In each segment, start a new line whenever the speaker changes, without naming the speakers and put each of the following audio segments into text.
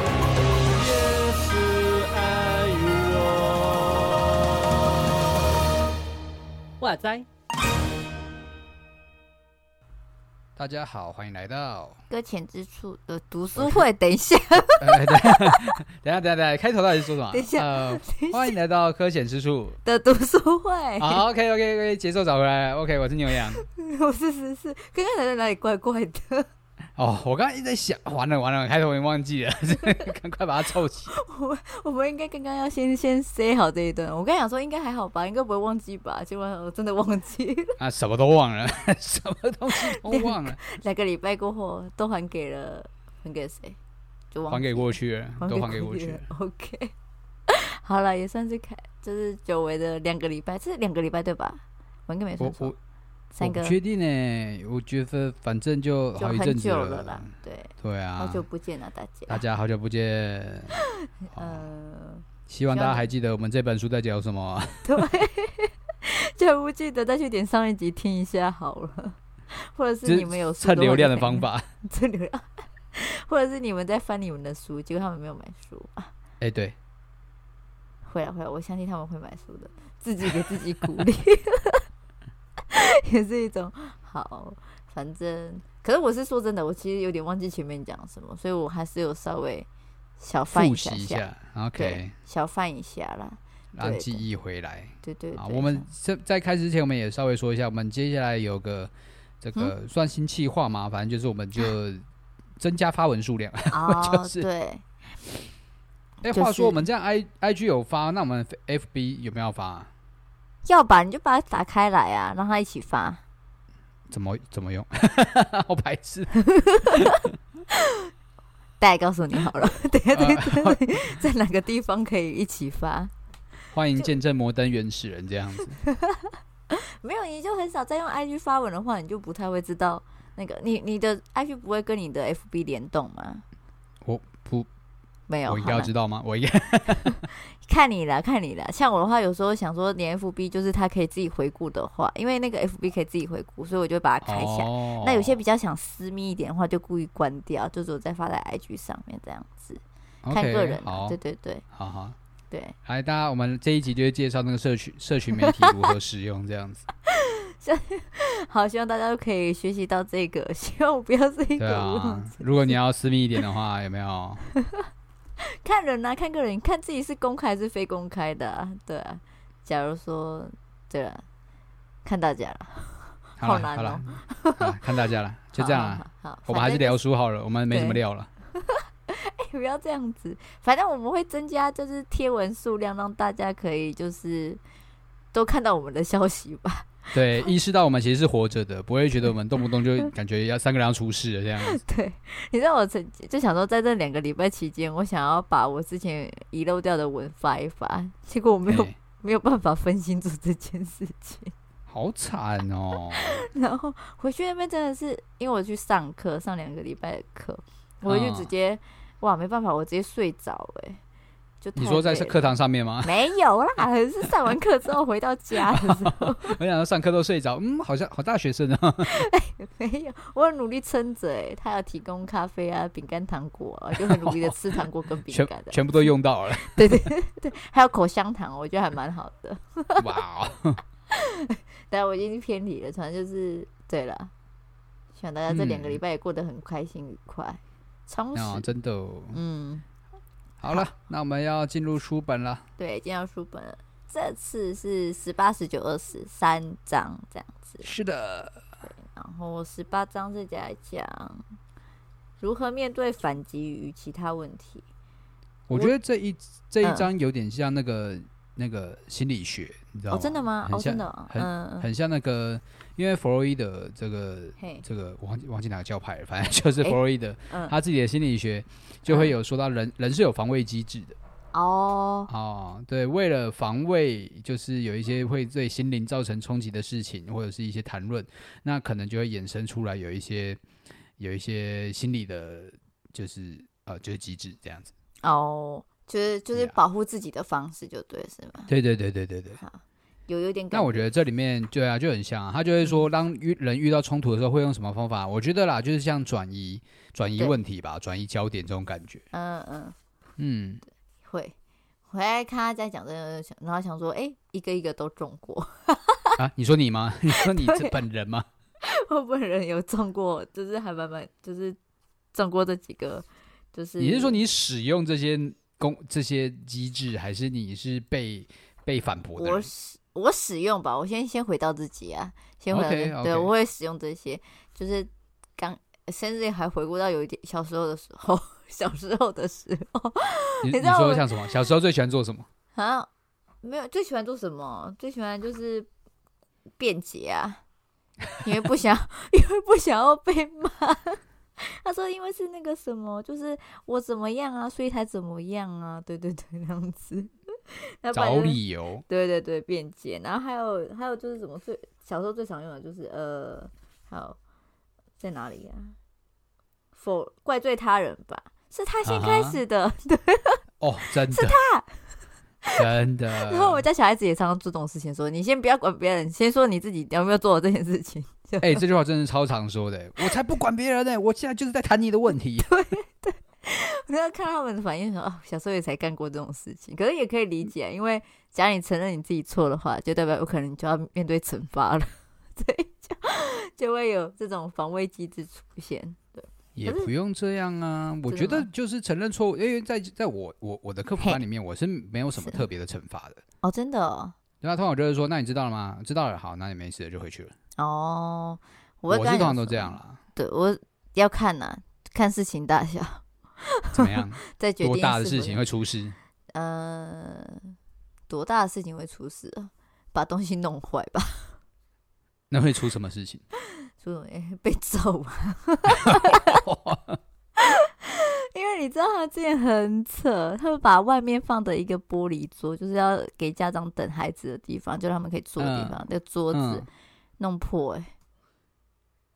也是爱我。哇塞！
大家好，欢迎来到。
搁浅之处的读书会，等一下，
呃，等一下等一下，等一下，等一下，哎开头到底是说什么？
等一下
呃
等一，下
欢迎来到科显之处。
的读书会，
好，OK，OK，OK，、节奏找回来了。OK，我是牛羊。
我是十四，刚刚才在哪里怪怪的？
哦，我刚刚一直在想，完了完了，开头我也忘记了， 赶快把它凑齐。
我们应该刚刚要先先 say 好这一段。我刚想说应该还好吧，应该不会忘记吧？结果我真的忘记 了，
啊，什么都忘了， 什么东西都忘 了，
两个礼拜过后都还给了，还给谁？就忘
还给过去了，都还给过
过
去
了
了。。
OK，好了，也算是开，就是久违的两个礼拜，这是两个礼拜对吧？我应该没
我
算
我
错
我，
三
不
个
确定呢，我觉得反正就
就
好一阵
很
子
久了啦。对，
对啊
好，久不见了，大姐。
大家好久不见。好
呃。
希望大
希
家
望
还记得我们这本书在讲什么。
就不记得再去点上一集听一下好了， 或者
这
是你们 有书
蹭
话
流量
就
的
可以
方，法。
蹭流量，或者是你们在翻你们的书，结果他们没有买书 啊，
哎、对，
会啊会啊，我相信他们会买书的，自己给自己鼓励， 也是一种好，反正可是我是说真的，我其实有点忘记前面讲什么，所以我还是有稍微小翻
复
一
习
下
一
下，
下，OK，
对，小翻一下啦，
让
对
记忆回来。
对对
啊，
对
我们这在开始之前，我们也稍微说一下，我们接下来有个这
嗯
个算新计划嘛，反正就是我们就
啊
增加发文数 量。
哦，
就是
对，
哎、
就
话
是
说我们这样 I I G 有发，那我们 F B 有没有发啊、
要把你就把它打开来啊，让它一起发。
怎么怎么用？ 好白 痴！
大概告诉你好 了，等一下
呃
在在在哪个地方可以一起发？
欢迎见证摩登原始人这样子。
没有，你就很少在用 IG 发文的话，你就不太会知道那个你你的 IG 不会跟你的 FB 联动吗？
我不，
没有，
我应该要
好啦
知道吗？我应该
看你啦，看你啦。像我的话，有时候想说连 FB 就是它可以自己回顾的话，因为那个 FB 可以自己回顾，所以我就会把它开起来。
哦
那有些比较想私密一点的话，就故意关掉，就只有再发在 IG 上面这样子，看
OK，
个人啊。
好
对，对对
好好。
对。
来，大家，我们这一集就会介绍那个社群社群媒体如何使用这样子。
好，希望大家都可以学习到这个， 希望我不要是一
对
个无用
啊
之，
如果你要私密一点的话，有 没有？
看人啊，看个人，看自己是公开还是非公开的、啊，对啊。假如说，对啊，看大家了，
好了
难
好了
哦，
好啦看大家 了，就这样
好
了。
好好好，
我们还是
反正
聊书好了，我们没什么
对
料了。
不要这样子，反正我们会增加就是贴文数量，让大家可以就是都看到我们的消息吧。
对，意识到我们其实是活着的，不会觉得我们动不动就感觉要三个人要出事了这样子。
对，你知道我曾就想说，在这两个礼拜期间，我想要把我之前遗漏掉的文发一发，结果我 没有
哎
没有办法分心做这件事情。
好惨哦！
然后回去那边真的是，因为我去上课，上两个礼拜的课，我就
嗯
直接、哇，没办法，我直接睡着哎、就
你
太
说在
累了？
课堂上面吗
没有啦， 是上完课之后回到家的时候
我想到上课都睡着，嗯，好像好大学生 啊。
没有，我很努力撑着哎、他有提供咖啡啊、饼干、糖果、啊，就很努力的吃糖果跟饼
全
干的，
全部都用到了，
对对对，还有口香糖，我觉得还蛮好的。
哇哦！
但啊我已经偏离了，反正就是对了，希望大家这两个
嗯
礼拜也过得很开心、愉快、充实。
哦，真的哦。
嗯。
好了，那我们要进入书本了。
对，今天要书本了，这次是十八、十九、二十三章这样子，
是的，
然后十八章是讲讲如何面对反击与其他问题。
我
我
觉得这一这一
嗯
章有点像那个、那个心理学，你知道
哦，
吗？
真的吗？
啊很
哦，
像
真的哦，
很
嗯，嗯
很像那个，因为弗洛伊德这个
嘿，
这个我忘记忘记哪个教派了，反正就是
诶
弗洛伊德、
嗯，
他自己的心理学就会有说到人、人是有防卫机制的
哦，
哦，对，为了防卫，就是有一些会对心灵造成冲击的事情，或者是一些谈论，那可能就会衍生出来有一些有一些心理的，就是呃就是机制这样子。
哦，就是就是
Yeah
保护自己的方式就对是吗？
对对对对对对。
好，有有点感
那我觉得这里面对啊就很像、啊，他就会
嗯
说，当遇人遇到冲突的时候会用什么方法？我觉得啦，就是像转移转移
对
问题吧，转移焦点这种感觉。
嗯嗯
嗯，
会。回来看他在讲这个，然后想说，哎、一个一个都中过，
啊，你说你吗？ 你说你这
对
本人吗？
我本人有中过，就是还蛮蛮，就是中过这几个，就是
你是说你使用这些工这些机制，还是你是被被反驳的
我
人？
使我使用吧，我先先回到自己啊，先回到自己
OK，OK
对，我会使用这些，就是刚甚至还回顾到有一点小时候的时候， 小时候的时候
你
你
你
知道
说
我
像什么？小时候最喜欢做什么？
啊，没有最喜欢做什么？最喜欢就是辩解啊，因为不想 因为不想要被骂。他说：“因为是那个什么，就是我怎么样啊，所以才怎么样啊，对对对，那样子。那不然
找
就是
理由。
对对对，辩解。然后还有还有就是什么最小时候最常用的就是呃，还有在哪里呀、啊否怪罪他人吧，是他先开
啊哈
始的。
哦，真的，是他，真的。
然后我们家小孩子也常常做这种事情，说你先不要管别人，先说你自己有没有做这件事情。
哎、这句话真的超常说的、欸我才不管别人呢、我现在就是在谈你的问题。
我要看他们的反应说，哦，小时候也才干过这种事情，可是也可以理解，啊因为假如你承认你自己错的话，就代表有可能你就要面对惩罚了， 所以就就会有这种防卫机制出现。对，
也
可是
不用这样啊，我
嗯真的
觉得
吗
就是承认错误，因为在在我我我的客服
嘿
班里面，我是没有什么
是
特别的惩罚的。
哦，真的哦，
对啊，通常我就是说，那你知道了吗？知道了，好，那你没事了就回去了。
哦我
我
会
是通
跟他讲
常都
说
这样，啦，
对我要看呐、看事情大小，
怎么样？
再 决定
多大的
是
事
不
情
是
会出事？
呃，多大的事情会出事啊？把东西弄坏吧，
那会出什么事 情？
所以、欸被揍啊！ 因为你知道他之前很扯，他们把外面放的一个玻璃桌，就是要给家长等孩子的地方，就让他们可以坐的地
嗯
方，那个桌子
嗯
弄破、欸，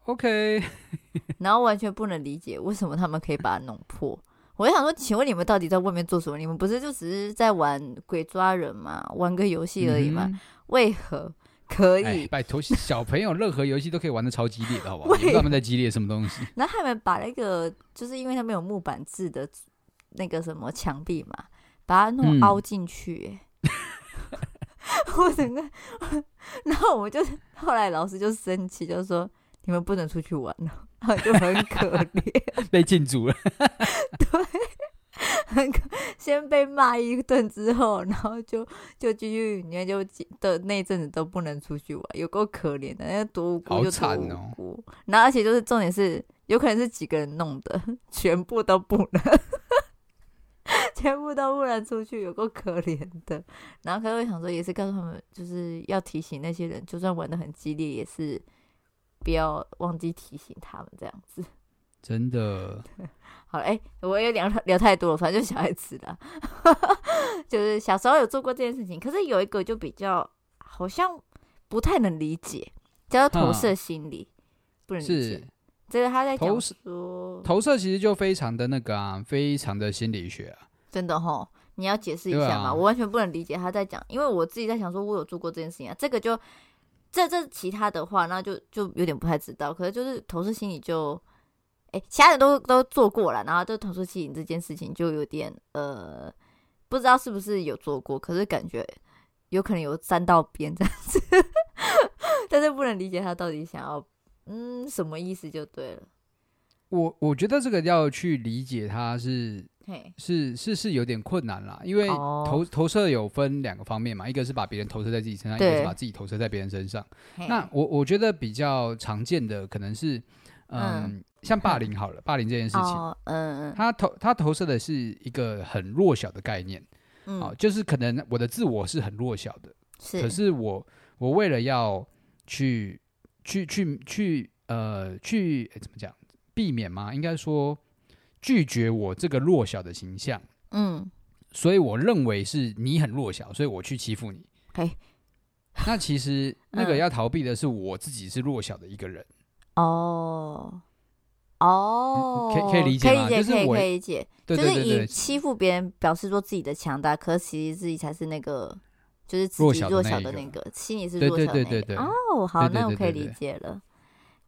，OK，
然后完全不能理解为什么他们可以把它弄破。我就想说，请问你们到底在外面做什么？你们不是就只是在玩鬼抓人吗？玩个游戏而已吗？
嗯哼
为何可以？
哎，拜托，小朋友任何游戏都可以玩的超激烈的，好不好？
喂
也不知道他们在激烈什么东西。
然后他们把那个，就是因为他们有木板制的那个什么墙壁嘛，把它弄
嗯
凹进去、欸。 我整个，然后我就后来老师就生气，就说你们不能出去玩了，然后就很可怜，
被禁足了，
很可先被骂一顿之后，然后就就继续里面就几的那一阵子都不能出去玩，有够可怜的，那多无
好
辜就多
惨
无
哦
辜。然后而且就是重点是，有可能是几个人弄的，全部都不能， 全部都不能出去，有够可怜的。然后可是我想说，也是告诉他们，就是要提醒那些人，就算玩的很激烈，也是不要忘记提醒他们这样子。
真的。
好了，哎、我也聊聊太多了，反正就小孩子啦， 就是小时候有做过这件事情，可是有一个就比较好像不太能理解，叫做投射心理，不能理
是
解。这个他在
投
讲
射
说，
投射其实就非常的那个啊，非常的心理学啊。
真的吼，你要解释一
对
下
啊
嘛，我完全不能理解他在讲，因为我自己在想说，我有做过这件事情啊，这个就这这其他的话，那就就有点不太知道，可是就是投射心理就。哎、其他人都都做过了，然后就投射心理这件事情就有点呃，不知道是不是有做过，可是感觉有可能有沾到边这样子， 但是不能理解他到底想要嗯什么意思就对了。
我我觉得这个要去理解它是
嘿，
是是是有点困难啦，因为
哦
投、投射有分两个方面嘛，一个是把别人投射在自己身上，一
对嗯
个是把自己投射在别人身上。
嘿
那我我觉得比较常见的可能是，嗯，像霸凌好了，霸凌这件事情，
哦，嗯嗯
它投它投射的是一个很弱小的概念，
嗯，
啊，就是可能我的自我是很弱小的，
是，
可是我我为了要去去去去呃去诶怎么讲避免嘛，应该说拒绝我这个弱小的形象，
嗯，
所以我认为是你很弱小，所以我去欺负你。
嘿。
那其实那个
嗯
要逃避的是我自己是弱小的一个人，
哦，
嗯
哦，
可以可以理解
可以
吗
理解，
就是
可以
我
可以理解，
对
就
对
是
对
以
对，
欺负别人表示说自己的强大，可是其实自己才是那个就是自
弱
己
小的
弱
那
小
一
的
个
那个，心理是
对
弱
对
小
对
的那
对
个
对
哦，好，
对
那
对
我
对
可
对
以理
对
解了，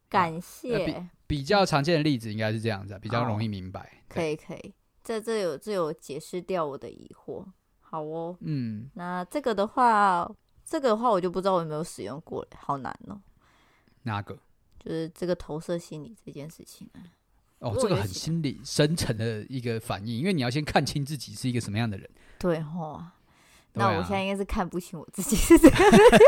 感谢。
比较常见的例子应该是这样子、啊，比较容
哦
易明白。
可以可以，这这有这有解释掉我的疑惑。好哦，
嗯，
那这个的话，这个的话我就不知道我有没有使用过了，好难哦。
哪个？
就是这个投射心理这件事情啊，
哦
我，
这个
也
很
喜欢
心理深层的一个反应，因为你要先看清自己是一个什么样的人。
对吼啊、
对
那
啊、
我现在应该是看不清我自己是这样的人，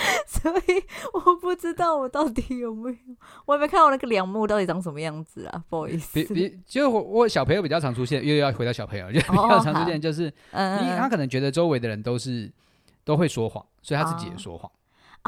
所以我不知道我到底有没有，我也没看到那个梁木到底长什么样子啊，不好意思
比。比就我我小朋友比较常出现，又要回到小朋友， 就比较常出现就是，因为
哦嗯，
他可能觉得周围的人都是都会说谎，所以他自己也
哦
说谎。
嗯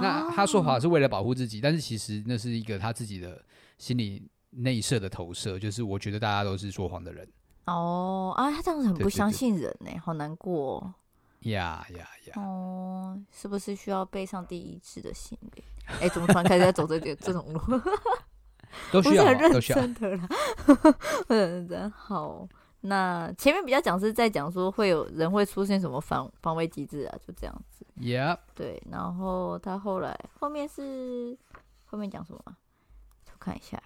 那他说
哦
谎是为了保护自己，但是其实那是一个他自己的心理内射的投射，就是我觉得大家都是说谎的人。
哦啊，他这样子很
对对
不相
对
信人呢、好难过、哦。
呀呀呀！
哦，是不是需要背上第一次的心灵？哎、怎么突然开始在走这个这种路？
都
不
需
是
要
很
啊，
认
都需要。
真的啦， 很认真。好，那前面比较讲是在讲说会有人会出现什么防防卫机制啊，就这样子。
Yep，
对，然后他后来后面是后面讲什么啊、我看一下，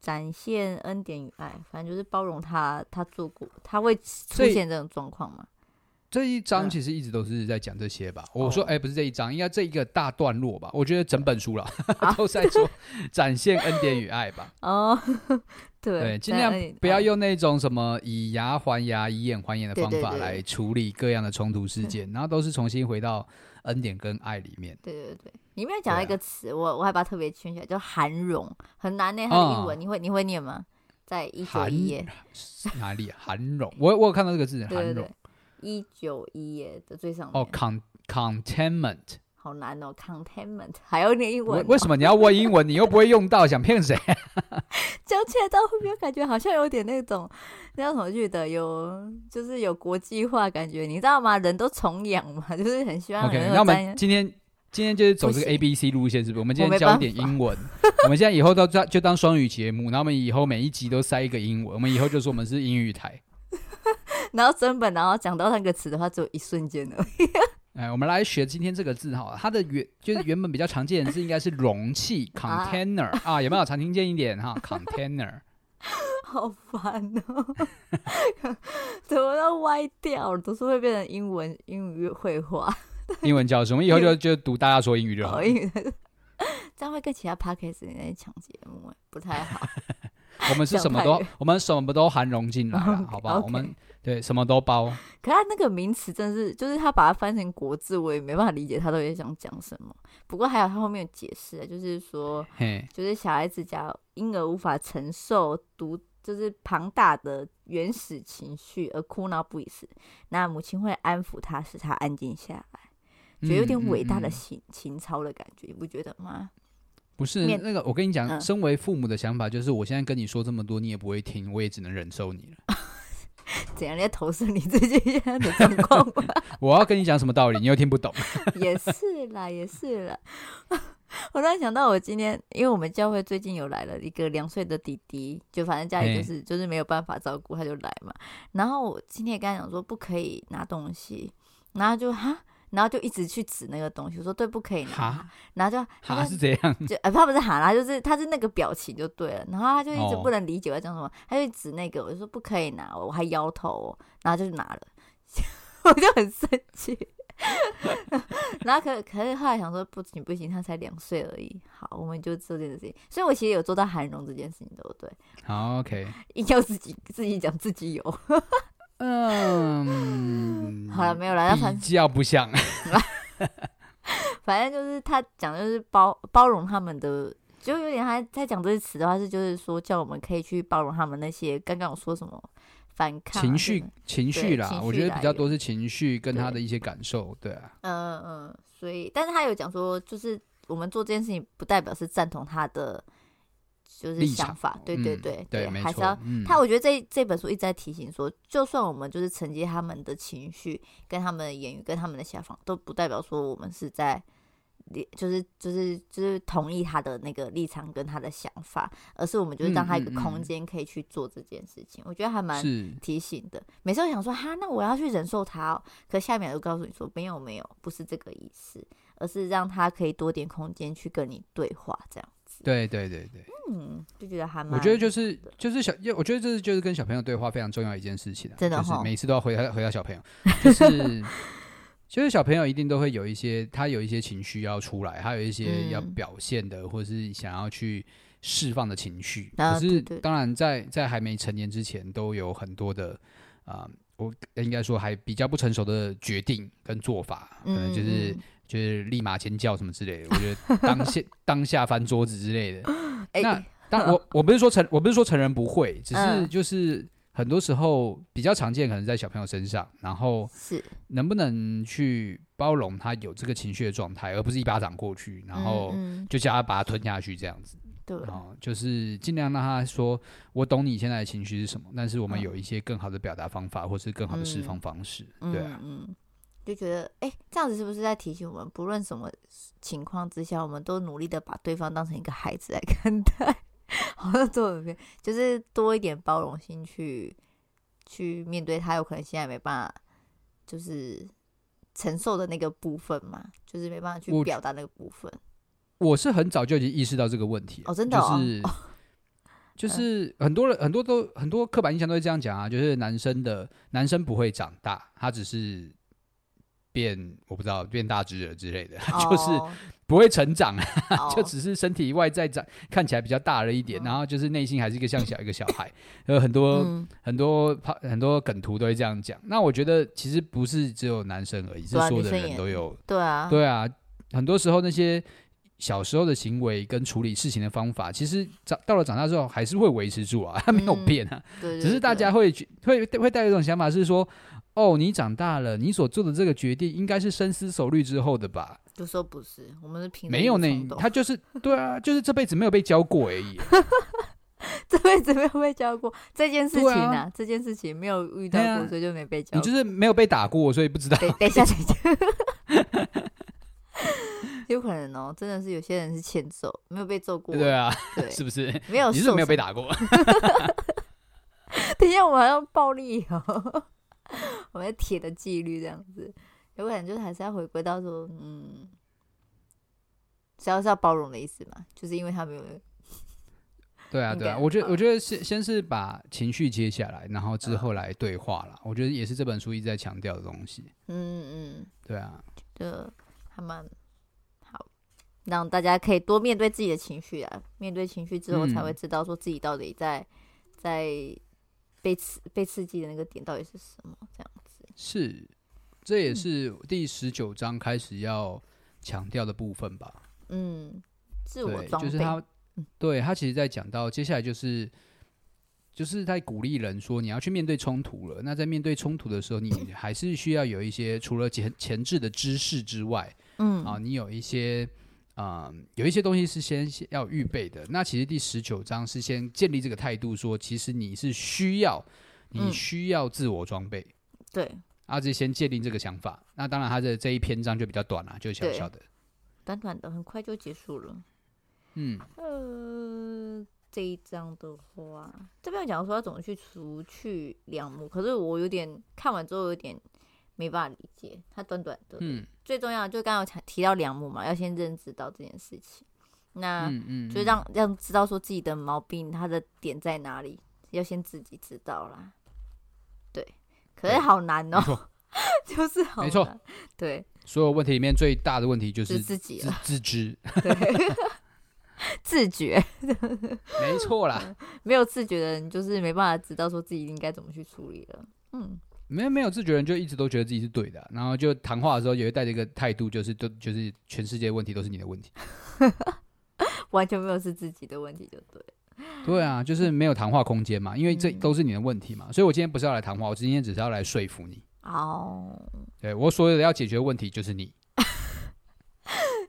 展现恩典与爱，反正就是包容他，他做过，他会出
所以
现这种状况嘛？
这一
嗯
章其实一直都是在讲这些吧。我说，
哦
哎、不是这一章，应该这一个大段落吧。我觉得整本书了、
啊
都在说展现恩典与爱吧。
哦， 对，哎
对，尽
展
量
现恩典与
不要
爱
用那种什么以牙还牙、以眼还眼的
对
方
对
法
对
来处理各样的冲突事 件，然后都是重新回到恩典跟爱里面。
对对对，里面有讲到一
对
个
啊
词，我我还把它特别圈起来，叫涵容，很难呢。它的
嗯
英文、你会你会念吗？在一九
含
一页，
哪里啊？涵容，我我有看到这个字，
对对
涵容
对。，一九一页的最上面，
哦，con contentment，
好难哦，containment 还要念英文、
为
哦，
为什么你要问英文？你又不会用到，想骗谁？
讲起来到后面感觉好像有点那种那叫什么去的，有就是有国际化感觉，你知道吗？人都崇洋嘛， 就是很希望
OK，
人
那
有
我
沾
们今天今天就是走这
不
个
行
A B C 路线，是不是？我们今
我
天
没
教一
办
点
法
英文，我们现在以后都就就当双语节目，然后我们以后每一集都塞一个英文，我们以后就说我们是英语台。
然后整本然后讲到那个词的话，只有一瞬间的，
哎，我们来学今天这个字哈，它的原就是原本比较常见的字应该是容 器 （container） 啊，有没有常听见一点哈？container
好烦哦， 怎么都歪掉了，都是会变成英文英语绘画，
英文教室，我们以后就就读大家说英语就好
好
了。
哦英语， 这样会跟其他 podcast 那些抢节目哎，不太好。
我们是什么
讲太
都
远，
我们什么都含容进来了，
OK，
好不好？
OK
我们对什么都包。
可他那个名词真是，就是他把它翻成国字，我也没办法理解他到底想讲什么。不过还有他后面有解释啊，就是说，
嘿，
就是小孩子假如婴儿无法承受独，就是庞大的原始情绪而哭闹不已时，那母亲会安抚他，使他安静下来。觉得有点
嗯
伟大的
嗯嗯
情情操的感觉，你不觉得吗？
不是
面
那个，我跟你讲，
嗯
身为父母的想法就是，我现在跟你说这么多，你也不会听，我也只能忍受你了。
怎样你在投射你自己现在的状况吗？
我要跟你讲什么道理，你又听不 懂。
也是啦，也是啦。 我突然想到，我今天因为我们教会最近有来了一个两岁的弟弟，就反正家里
嘿
就是就是没有办法照顾，他就来嘛。然后我今天也跟他讲说不可以拿东西，然后他就哈，然后就一直去指那个东西，我说对，不可以拿
哈，
然后就他
哈
就是
这样，
就呃，他不是喊啦，就是他是那个表情就对了，然后他就一直
哦
不能理解我在讲什么，他就指那个，我就说不可以拿，我还摇头、哦，然后就拿了， 我就很生气， 然后可可是后来想说不行不行，他才两岁而已，好，我们就做这件事情，所以我其实有做到涵容这件事情，对不对？
好 OK。
硬要自己自己讲自己有，
嗯，
好了没有了，那反
比较不像。
反正就是他讲的就是包包容他们的，就有点他在讲这些词的话是就是说叫我们可以去包容他们那些刚刚我说什么反抗啊
情
什
绪
么
情
对
绪啦
情，
我
绪
觉得
来
比较
源
多是情绪跟他
对
的一些感受，对啊，
嗯嗯，所以，但是他有讲说，就是我们做这件事情，不代表是赞同他的就是
立
想
场
法，对对
嗯
对、
对，没
还是要
错。。嗯，
他我觉得这这本书一直在提醒说，就算我们就是承接他们的情绪、跟他们的言语、跟他们的想法，都不代表说我们是在理就是就是就是同意他的那个立场跟他的想法，而是我们就是让他一个
嗯嗯嗯
空间可以去做这件事情。我觉得还蛮
是
提醒的。每次我想说哈，那我要去忍受它、哦，可下一秒就告诉你说没有没有，不是这个意思，而是让他可以多点空间去跟你对话，这样。
对对对对，
嗯，就觉得还蛮。
我觉得就是就是小，我觉得这是就是跟小朋友对话非常重要一件事情啊，
真的哦
就是
吼
每一次都要回答回答小朋友，就是就是小朋友一定都会有一些他有一些情绪要出来，他有一些要
嗯
表现的，或是想要去释放的情绪。
啊
可
对
是
对
当然在在还没成年之前，都有很多的啊、我应该说还比较不成熟的决定跟做法，可能呃就是。
嗯嗯
就是立马尖叫什么之类的，我觉得当下 当下翻桌子之类的，
哎、
那但我我不是说成我不是说成人不会，只是
嗯
就是很多时候比较常见，可能在小朋友身上，然后
是，
能不能去包容他有这个情绪的状态，而不是一巴掌过去，然后
嗯嗯嗯
就叫他把它吞下去这样子
对，
哦，就是尽量让他说，我懂你现在的情绪是什么，但是我们
嗯
有一些更好的表达方法，或是更好的释放方式，对啊，
嗯嗯，就觉得哎、这样子是不是在提醒我们，不论什么情况之下，我们都努力的把对方当成一个孩子来看待，好像做影片就是多一点包容心去去面对他，有可能现在没办法，就是承受的那个部分嘛，就是没办法去
我
表达那个部分。
我是很早就已经意识到这个问题了
哦真的哦
就是。就是很多人很多都很多刻板印象都会这样讲啊，就是男生的男生不会长大，他只是变我不知道变大只了之类的， 就是
哦
不会成长啊，
哦
就只是身体外在长看起来比较大了一点，
嗯
然后就是内心还是一个像小一个小 孩，有很多、
嗯，
很多很多梗图都会这样讲。那我觉得其实不是只有男生而已，是
对啊
所有
女
的
生
人
也
都有
对啊，
对啊，很多时候那些小时候的行为跟处理事情的方法，其实长到了长大之后还是会维持住啊， 它没有
嗯
变啊，
对，对
只是大家
对
会觉会会带有一种想法是说，哦，你长大了，你所做的这个决定应该是深思熟虑之后的吧？
就说不是，我们是凭着
没
一
有
股
呢
冲，动
他就是对啊，就是这辈子没有被教过而 已。
这辈子没有被教过这件事情
对啊
这件事情没有遇到
对
过，
啊
所以就没被教
你
过。
就是没有被打过，所以不知道。
等等一下，等一下，有可能哦，真的是有些人是欠揍，没有被揍过，
对啊，
对
是不是？
没有
你是不是
受
没有被
伤。
打 过？
等一下，我好像暴力哦， 我们铁的纪律这样子，有可能就是还是要回归到说，嗯，只要是要包容的意思嘛，就是因为他没有嗯
对啊，
应
对啊，
该
我觉得
吧
我觉得先先是把情绪接下来，然后
嗯
之后来对话啦。我觉得也是这本书一直在强调的东西。
嗯嗯，
对啊，
就还蛮好，让大家可以多面对自己的情绪啊。面对情绪之后，
嗯
才会知道说自己到底在、在被刺被刺激的那个点到底是什么。这样子，
是，这
嗯
也是第十九章开始要强调的部分吧？
嗯，自我
对，
装备，
就是他
嗯，
对他其实在讲到接下来就是。就是在鼓励人说，你要去面对冲突了。那在面对冲突的时候，你 还是需要有一些除了前前置的知识之外，
嗯，
啊，你有一些，嗯，有一些东西是先先要预备的。那其实第十九章是先建立这个态度说其实你是需要，你
嗯
需要自我装备。
对，
阿啊，这先界定这个想法。那当然，他的这一篇章就比较短啦、就小
对
小的。
短短的，很快就结束了。
嗯，
呃，这一章的话，这边有讲说要怎么去除去良木，可是我有点看完之后有点没办法理解，它短短的，
嗯
最重要的就是刚刚有讲提到良木嘛，要先认知到这件事情，那、
嗯嗯，
就是让让知道说自己的毛病它的点在哪里，要先自己知道啦。对，可是
对
好难
没
哦、
错，
就是好
没错
难，对，
所有问题里面最大的问题就是是
自己
自
了，
自 知，
对，自觉
没错啦。
没有自觉的人，就是没办法知道说自己应该怎么去处理了。嗯，
没有没有自觉人就一直都觉得自己是对的啊、然后就谈话的时候也会带着一个态度，就是都就是全世界问题都是你的 问题。
完全没有是自己的问题，就对了。
对啊，就是没有谈话空间嘛，因为这
嗯
都是你的问题嘛，所以我今天不是要来谈话，我今天只是要来说服你。
哦，
对我所有的要解决的问题就是你，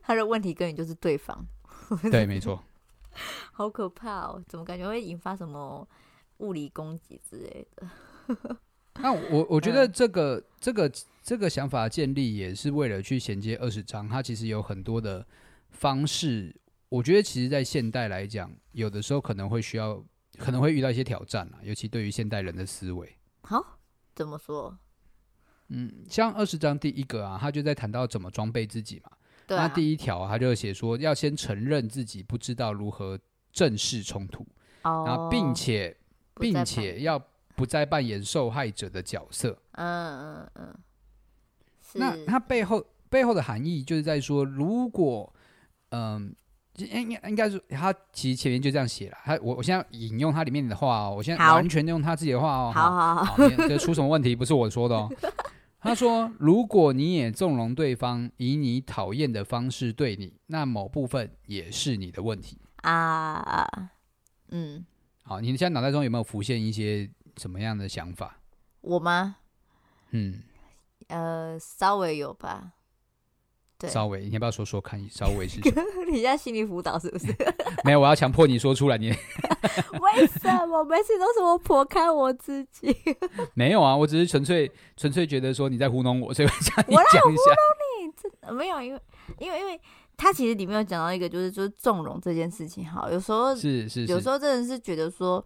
他的问题根本就是对方，
对，没错，
好可怕哦！怎么感觉会引发什么物理攻击之类的？ 嗯
那我我觉得这个、这个这个想法的建立也是为了去衔接二十章，它其实有很多的方式。我觉得其实，在现代来讲，有的时候可能会需要，可能会遇到一些挑战啦，尤其对于现代人的思维。
好，怎么说？
嗯，像二十章第一个啊，他就在谈到怎么装备自己嘛。
对
那
啊，
第一条、啊、他就写说，要先承认自己不知道如何正视冲突，
哦，
然后并且
不再
并
扮
且要不再扮演受害者的角色。
嗯嗯嗯，是
那它背后背后的含义就是在说，如果嗯，就应应应该是他其实前面就这样写了。他我我现在引用它里面的话哦，我现在
好
完全用他自己的话哦。
好好好，
好，没有这出什么问题不是我说的哦。他说：“如果你也纵容对方以你讨厌的方式对你，那某部分也是你的问题。
啊，嗯，
好，你现在脑袋中有没有浮现一些什么样的想法？
我吗？
嗯，
呃，稍微有吧。 对，
稍微，你要不要说说看？稍微是什么
你现在心理辅导是 不是？
没有，我要强迫你说出来。你
为什么每次都是我剖开我自己？
没有啊，我只是纯粹纯粹觉得说你在糊弄我，所以我叫你
我哪有
讲一下。
没有，因为因为因为他其实里面有讲到一个，就是就是纵容这件事情。好，有时候
是是
有时
是，
候真的是觉得说，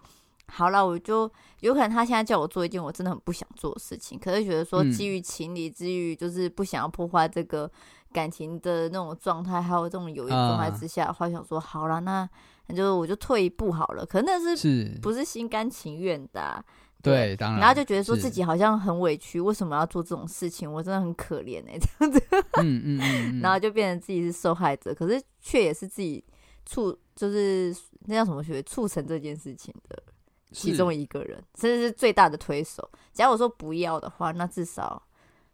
好了，我就有可能他现在叫我做一件我真的很不想做的事情，可是觉得说
嗯
基于情理，基于就是不想要破坏这个感情的那种状态，还有这种友谊状态
啊
之下的话，想说好了，那那就我就退一步好了。可那是
是，
不是心甘情愿的啊、
对，当然。嗯
然后就觉得说
是
自己好像很委屈，为什么要做这种事情？我真的很可怜哎、
嗯嗯嗯，嗯
然后就变成自己是受害者，可是却也是自己促，就是那叫什么学，促成这件事情的其
是
中一个人，甚至是最大的推手。假如我说不要的话，那至少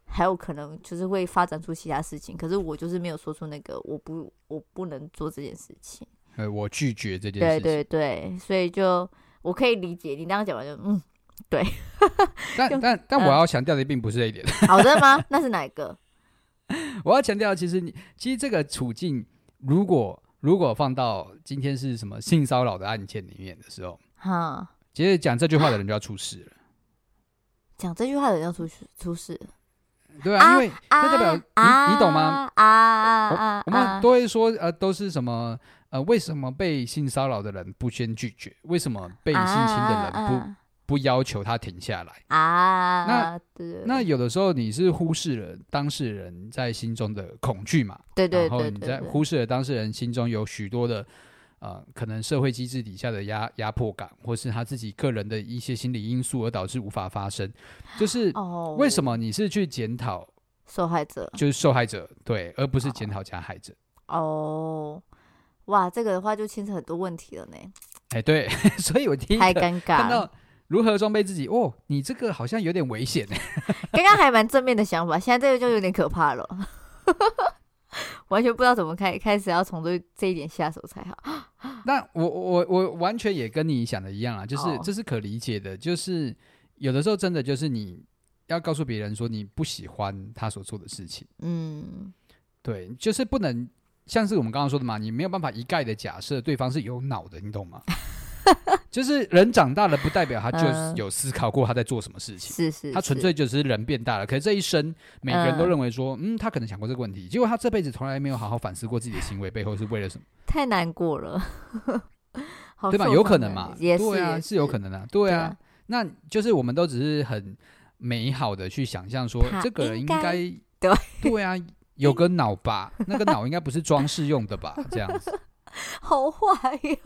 还有可能就是会发展出其他事情。可是我就是没有说出那个我不我不能做这件事情。
呃，我拒绝这件事
对
情。
对对，所以就我可以理解你刚刚讲完就嗯，
但但但我
嗯
要强调的并不是这一点，
好的吗？那是哪一个？
我要强调，其实你其实这个处境，如果如果放到今天是什么性骚扰的案件里面的时候，
哈，
其实讲这句话的人就要出事了，
讲这句话的人要出事出事
对啊，因为
啊！
代表你
啊
你懂吗？
啊啊啊啊！
我们都会说呃都是什么呃为什么被性骚扰的人不先拒绝，为什么被性侵的人不
啊
不要求他停下来？
啊啊，那对
那有的时候你是忽视了当事人在心中的恐惧嘛，
对对
然后
对
你
对
在
对，
忽视了当事人心中有许多的呃，可能社会机制底下的压压迫感，或是他自己个人的一些心理因素，而导致无法发生。就是
哦，
为什么你是去检讨
受害者？
就是受害者对，而不是检讨加害者？
哦，哇，这个的话就牵扯很多问题了呢，
哎，对， 所以我第一
太
个
尴尬
看
了。
到如何装备自己，哦，你这个好像有点危险。欸
啊刚刚还蛮正面的想法，现在这个就有点可怕了， 完全不知道怎么开开始要从这这一点下手才好。
那我我我完全也跟你想的一样啊，就是、
哦
这是可理解的，就是有的时候真的就是你要告诉别人说你不喜欢他所做的事情，
嗯，
对，就是不能像是我们刚刚说的嘛，你没有办法一概的假设对方是有脑的，你懂 吗？就是人长大了，不代表他就是
嗯
有思考过他在做什么事情。
是是，
他纯
是
粹就只是人变大了，可是这一生每个人都
嗯
认为说，嗯，他可能想过这个问题，结果他这辈子从来没有好好反思过自己的行为背后是为了什么。
太难过了， 好
对吧？
受
有可
伤
能
啊
嘛？
也
对啊，
也
是有可能啊，对
对
啊
啊。
那就是我们都只是很美好的去想象说，
他
这个人应
应
该
该
对
对
啊，有个脑吧？那个脑应该不是装饰用的吧？这样 子，
好坏哟、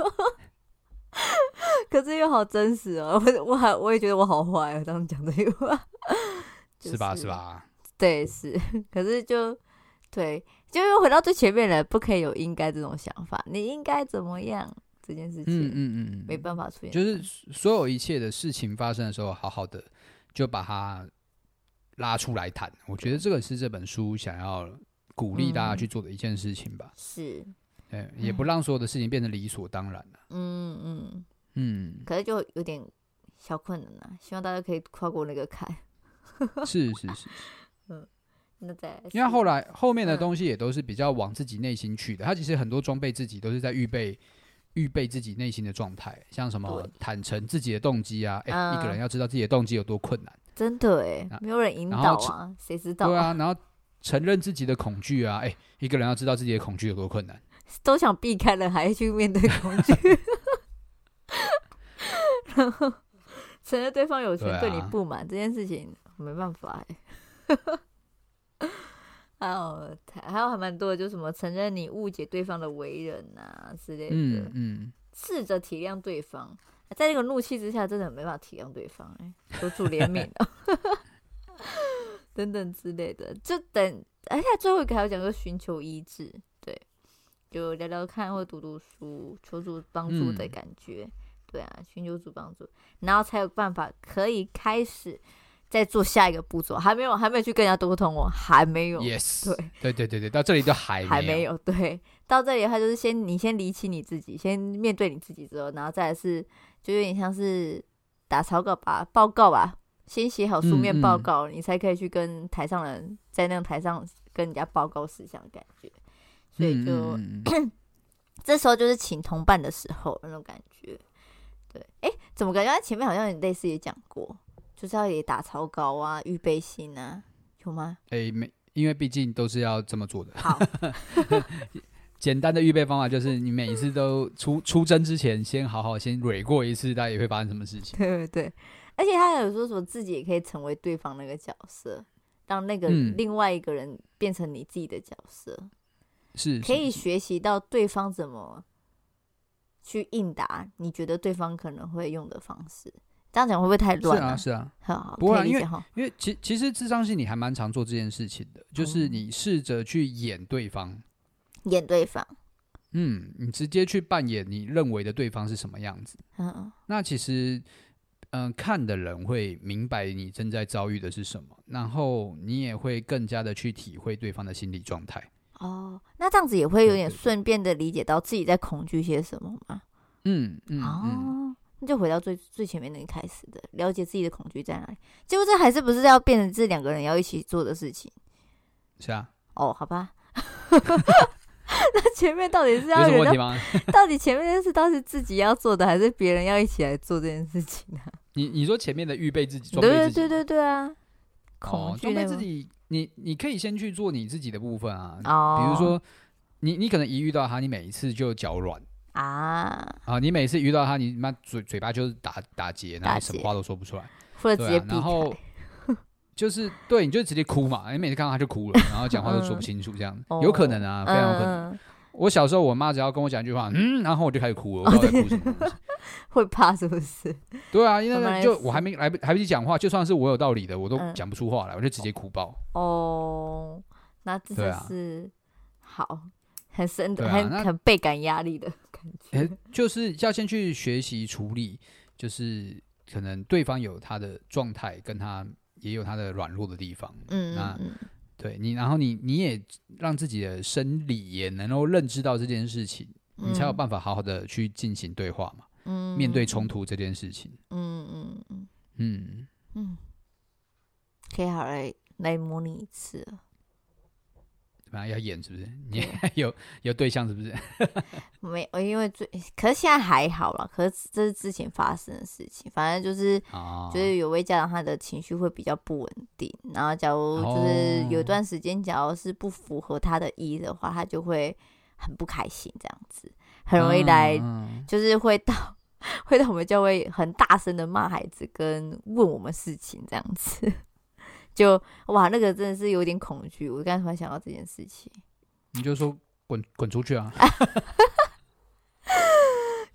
可是又好真实哦， 我我还我也觉得我好坏哦，当时讲这句话， 就是
吧？是？吧？
对，是。 可是就对，就又回到最前面了，不可以有应该这种想法，你应该怎么样这件事
嗯
情，
嗯嗯
没
嗯，
办法出现，
就是所有一切的事情发生的时候，好好的就把它拉出来谈。我觉得这个是这本书想要鼓励大家
嗯
去做的一件事情吧。
是，
嗯，也不让所有的事情变得理所当然啊了。
嗯嗯，
嗯。
可是就有点小困难啊，希望大家可以跨过那个坎。
是是是，
那再来
因为
是
后来后面的
嗯
东西也都是比较往自己内心去的。他其实很多装备自己都是在预备预备自己内心的状态，像什么
对
坦诚自己的动机啊，哎、一个
嗯
人要知道自己的动机有多困难，
真的哎
啊，
没有人引
然
导
后
啊，谁知道
对？啊，然后承认自己的恐惧啊，哎，一个人要知道自己的恐惧有多困难。
都想避开了，还去面对恐惧， 然后承认对方有
对
权
啊
对你不满、这件事情，没办法哎。 还有还有还蛮多的，就什么承认你误解对方的为人啊之类的，
嗯嗯，
试着体谅对方。在那个怒气之下，真的很没办法体谅对方、哎，求主怜悯啊， 等等之类的，就等，而且最后一个还有讲说寻求医治，对，就聊聊看或读读书，求助帮助的
嗯
感觉，对啊，寻求主帮助，然后才有办法可以开始再做下一个步骤，还没有，还没有去跟人家沟通哦，还没有
yes，对
对
对对对，到这里都还
还
没
没有对，到这里的话就是先你先理清你自己，先面对你自己之后，然后再来是就有点像是打草稿吧，报告吧，先写好书
嗯
面报
嗯
告，你才可以去跟台上人在那个台上跟人家报告事项的感觉，所以就、
嗯嗯嗯嗯
这时候就是请同伴的时候那种感觉。对，哎，怎么感觉他前面好像也类似也讲过，就是要也打草稿啊，预备心啊，有吗？
哎没，因为毕竟都是要这么做的。
好，
简单的预备方法就是，你每一次都 出出征之前，先好好先蕊过一次，大家也会发生什么事情。
对对对，而且他有说什么自己也可以成为对方那个角色，让那个
嗯
另外一个人变成你自己的角色，
是，
可以
是啊
学习到对方怎么去应答你觉得对方可能会用的方式。这样讲会不会太
是
乱
啊，是啊，
好好，
不会啊
可以理
因为
解哈。
因为其其实智商心理还蛮常做这件事情的，就是
哦
你试着去演对方，
演对方，
嗯，你直接去扮演你认为的对方是什么样子。
嗯
那其实，嗯、看的人会明白你正在遭遇的是什么，然后你也会更加的去体会对方的心理状态。
哦，那这样子也会有
对
点
对对
顺便的理解到自己在恐惧些什么吗？
嗯嗯嗯，
哦，那就回到最最前面那一开始的，了解自己的恐惧在哪里。结果这还是不是要变成这两个人要一起做的事情？
是啊，
哦，好吧。 那前面到底是
有
要
什么问
人
题
家，
吗？
到底前面那是到底是自己要做的，还是别人要一起来做这件事情呢、
你你说前面的预备自己，装
对
备自
对
己
对
吗，
对对啊，恐
哦，
惧
装
那
备
个
自己，你你可以先去做你自己的部分啊，
哦，
比如说你你可能一遇到他，你每一次就脚软
啊，
啊，你每次遇到他，你妈嘴嘴巴就是打打结，然
打
后
结
什么话都说不出来，
或者
对
直接
啊，
避
然后
开。
就是对，你就直接哭嘛，你哎每次看到他就哭了，然后讲话都说不清楚，这样、
哦
有可能啊，非常有可能。
嗯，嗯
我小时候，我妈只要跟我讲一句话，嗯，然后我就开始哭了，我不知道在哭什么东西。
会怕是不是？
对啊，因
哦我们
为
来
就
试
我还没来不来不及讲话，就算是我有道理的，我都
嗯
讲不出话来，我就直接哭爆。
哦，那这
对
就
啊
是、好， 很深的，
对啊
很
那
很倍感压力的感
哎
觉。，
就是要先去学习处理，就是可能对方有他的状态，跟他也有他的软弱的地方。
嗯
那
嗯嗯，
对你，然后你你也让自己的生理也能够认知到这件事情，你才有
嗯
办法好好的去进行对话嘛，
嗯
面对冲，突这件事情。
嗯嗯嗯
嗯，
嗯，可以好来来模拟一次啊了。
怎么样要演是不是？你 有有对象是不是？
没，呃因为最，可是现在还好啦。可是这是之前发生的事情，反正就是
啊，
就是有位家长他的情绪会比较不稳定，然后假如就是有
哦
一段时间，假如是不符合他的意的话，他就会很不开心，这样子很容易来
嗯
就是会到会到我们教会很大声的骂孩子，跟问我们事情这样子，就哇，那个真的是有点恐惧。我刚才突然想到这件事情，
你就说滚滚出去啊！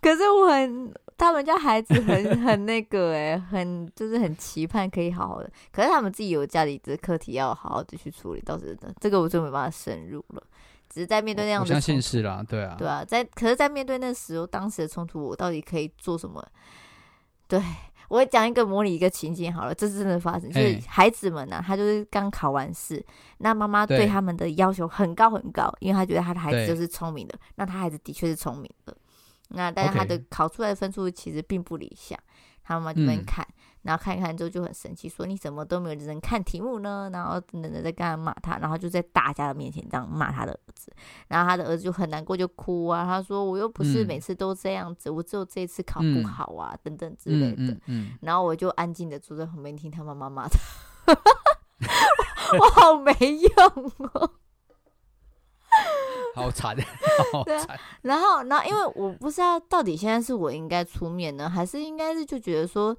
可是我很他们家孩子很很那个哎、很就是很期盼可以好好的，可是他们自己有家里的课题要好好的去处理，到时的这个我就没办法深入了，只是在面对那
我
样
我
的
相
冲
信
突
是啦，对啊，
对啊，在可是，在面对那时候当时的冲突，我到底可以做什么？对我讲一个模拟一个情景好了，这是真的发生，就是
嘿
孩子们呢、他就是刚考完试，那妈妈对
对
他们的要求很高很高，因为他觉得他的孩子
对
就是聪明的，那他孩子的确是聪明的，那但是他的
OK
考出来的分数其实并不理想，他妈妈这边
嗯
看，然后看一看之后就很生气，说你怎么都没有人看题目呢？然后等等在跟他骂他，然后就在大家的面前这样骂他的儿子，然后他的儿子就很难过就哭啊，他说我又不是
嗯
每次都这样子，我只有这一次考不
嗯
好啊，等等之类
嗯
的。
嗯嗯，
然后我就安静的坐在旁边听他妈妈骂他， 我好没用哦。
好 惨，好
对啊
惨，
然后，然后因为我不知道到底现在是我应该出面呢，还是应该是就觉得说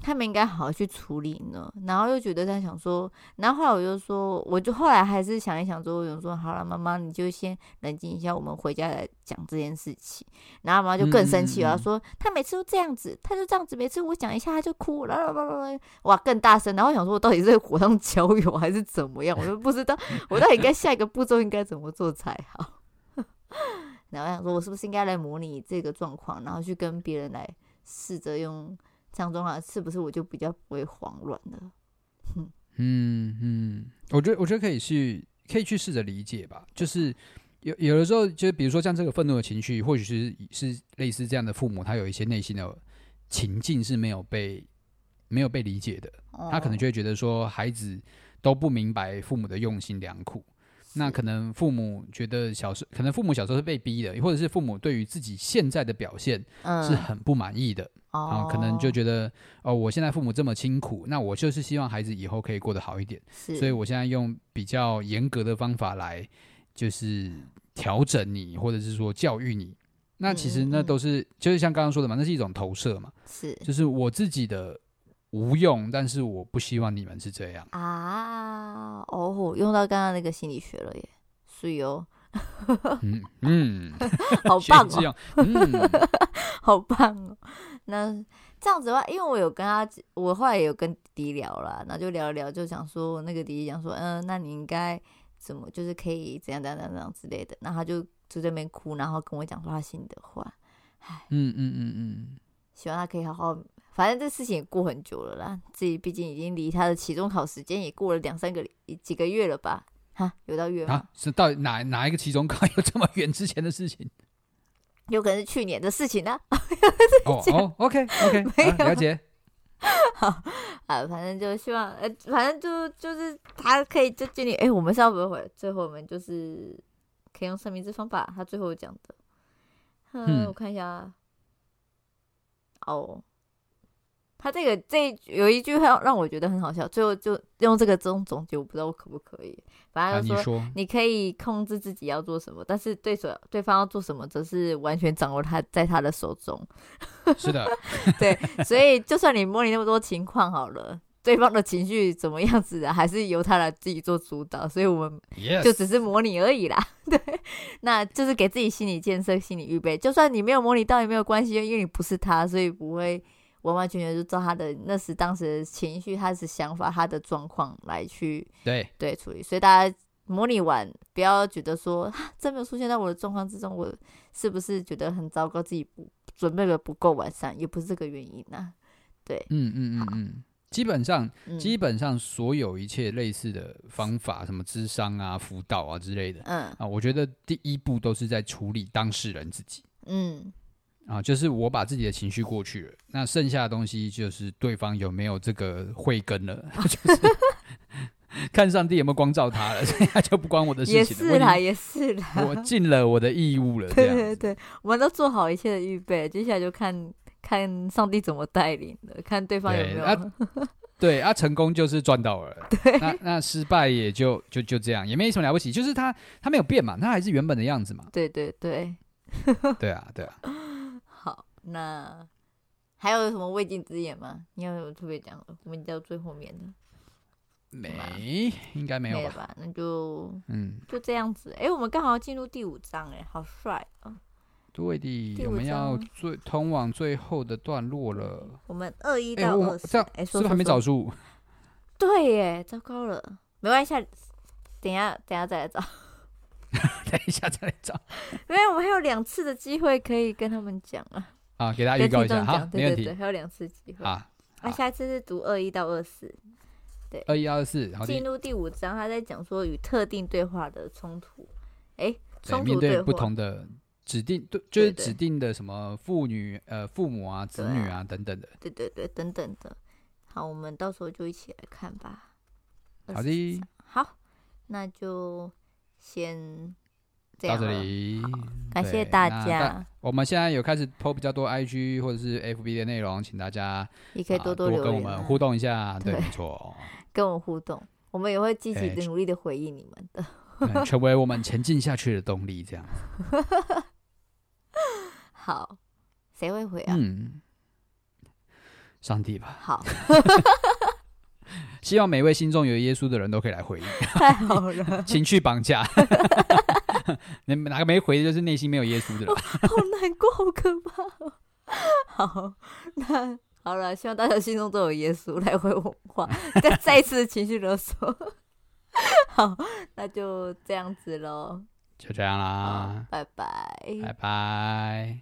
他们应该好好去处理呢。然后又觉得在想说，然后后来我就说，我就后来还是想一想说，我就说好了，妈妈你就先冷静一下，我们回家来讲这件事情。然后妈妈就更生气
嗯嗯
了，
嗯
她说他每次都这样子，他就这样子，每次我讲一下他就哭，啦啦啦啦啦，哇更大声。然后我想说我到底是火上浇油还是怎么样，我都不知 道，我到底该下一个步骤应该怎么做才好。 然后我想说，我是不是应该来模拟这个状况，然后去跟别人来试着用这样状况，是不是我就比较不会慌乱了？
嗯嗯，我觉得我觉得可以去可以去试着理解吧，就是。有有的时候，就比如说像这个愤怒的情绪，或许是是类似这样的父母，他有一些内心的情境是没有被没有被理解的，
哦
他可能就会觉得说孩子都不明白父母的用心良苦。那可能父母觉得小时，可能父母小时候是被逼的，或者是父母对于自己现在的表现
嗯
是很不满意的啊、
哦，
可能就觉得哦，我现在父母这么辛苦，那我就是希望孩子以后可以过得好一点，
是，
所以我现在用比较严格的方法来，就是调整你，或者是说教育你。那其实
嗯
那
嗯嗯
都是，就是像刚刚说的嘛，那是一种投射嘛，
是
就是我自己的无用，但是我不希望你们是这样。
啊，哦，用到刚刚那个心理学了耶，所以哦，
嗯嗯，
好
学
棒
以致
哦，
用。嗯，
好棒哦。那这样子的话，因为我有跟他，我后来也有跟迪聊了，然后就聊一聊，就想说那个迪讲说，嗯、那你应该怎么，就是可以怎样怎样怎样怎样之类的，然后他就就在那边哭，然后跟我讲说他心里的话，
嗯嗯嗯嗯，
希望他可以好好。反正这事情也过很久了啦，自己毕竟已经离他的期中考时间也过了两三个礼几个月了吧？哈，有到月吗？
啊，是到底哪哪一个期中考有这么远之前的事情？
有可能是去年的事情啊啦、
哦哦，OK OK，
没
好
有
了解。
啊，反正就希望，呃，反正就就是他可以就建立，哎、我们是要不回，最后我们就是可以用三明治方法，他最后讲的，嗯，
嗯
我看一下，哦，他这个这一有一句话让我觉得很好笑，最后就用这个这种总结，我不知道我可不可以，反
啊，
正
你
就说。
说，
你可以控制自己要做什么，但是对手对方要做什么，则是完全掌握他在他的手中。
是的，
对，所以就算你模拟那么多情况好了，对方的情绪怎么样子啊，还是由他来自己做主导，所以我们
yes，
就只是模拟而已啦。 对，那就是给自己心理建设、心理预备。就算你没有模拟到也没有关系，因为你不是他，所以不会完完全全就照他的那时当时的情绪、他的想法、他的状况来去
对，
对处理。所以大家模拟完，不要觉得说啊，真没有出现在我的状况之中，我是不是觉得很糟糕？自己不准备的不够完善，也不是这个原因啊。对，
嗯嗯嗯嗯，基本上
嗯
基本上所有一切类似的方法，什么智商啊、辅导啊之类的
嗯
啊，我觉得第一步都是在处理当事人自己。
嗯
啊，就是我把自己的情绪过去了，那剩下的东西就是对方有没有这个慧根了， 就是看上帝有没有光照他了， 所以他就不关我的
也
事情啊
是
了。
啦，
我已
也是啦。
经我尽了我的义务了，这
对
样
对
子。
对，我们都做好一切的预备，接下来就看看上帝怎么带领了，看对方有
对
没有。。
啊对啊，成功就是赚到了，对，那那失败也就就就这样，也没什么了不起，就是他他没有变嘛，他还是原本的样子嘛
对对对，哦
对啊，对啊，
好，那还有什么未尽之言吗？你有没有特别讲的？我们到最后面的
没，应该没有
了
吧？
吧？那就
嗯，
就这样子。哎、我们刚好进入第五章、哎，好帅哦！
对的
第，
我
五
们要
章吗
最通往最后的段落了。
我们二一
哎、
到
我
二十、
这样
哎、
是
说
不是还没
说
找
说
出？
对耶，糟糕了，没关系，下等一下等一下再来找，
等一下再来找
因为我们还有两次的机会可以跟他们讲啊，
啊，给大家预
跟
告
听
一下
众
哈
讲，，
没
对
问
对对，
题
还有两次机会。
啊。
那、
好
下一次是读二一到二四，
二一二四，好
进
的，
入第五章，他在讲说与特定对话的冲突，哎、
对，
冲
面
突
对
话，
不同的指定，对，就是
对对
指定的什么妇女、呃父母啊、子
对啊
女啊等等的，
对对对，等等的。好，我们到时候就一起来看吧。
好的，
好，那就先这
到
样
这
了。
里，
感
对
谢大
那
家，
我们现在有开始 PO 比较多 IG 或者是 FB 的内容，请大家
也可以
啊
多
多
留
跟我
言
们
啊，
互动一下，对，
对
没错，
跟我们互动，我们也会积极
哎
的
这
努力的回应你们的。
嗯成为我们前进下去的动力，这样。
好，谁会回啊？
嗯，上帝吧，
好，
希望每位心中有耶稣的人都可以来回应。
太好了，
情绪绑架， 你们哪个没回的就是内心没有耶稣的人。
好难过，好可怕、哦。 好，那好了，希望大家心中都有耶稣来回我们话，再再一次情绪勒索。 好，那就这样子喽。
就这样
好
啦，
拜拜。
拜拜。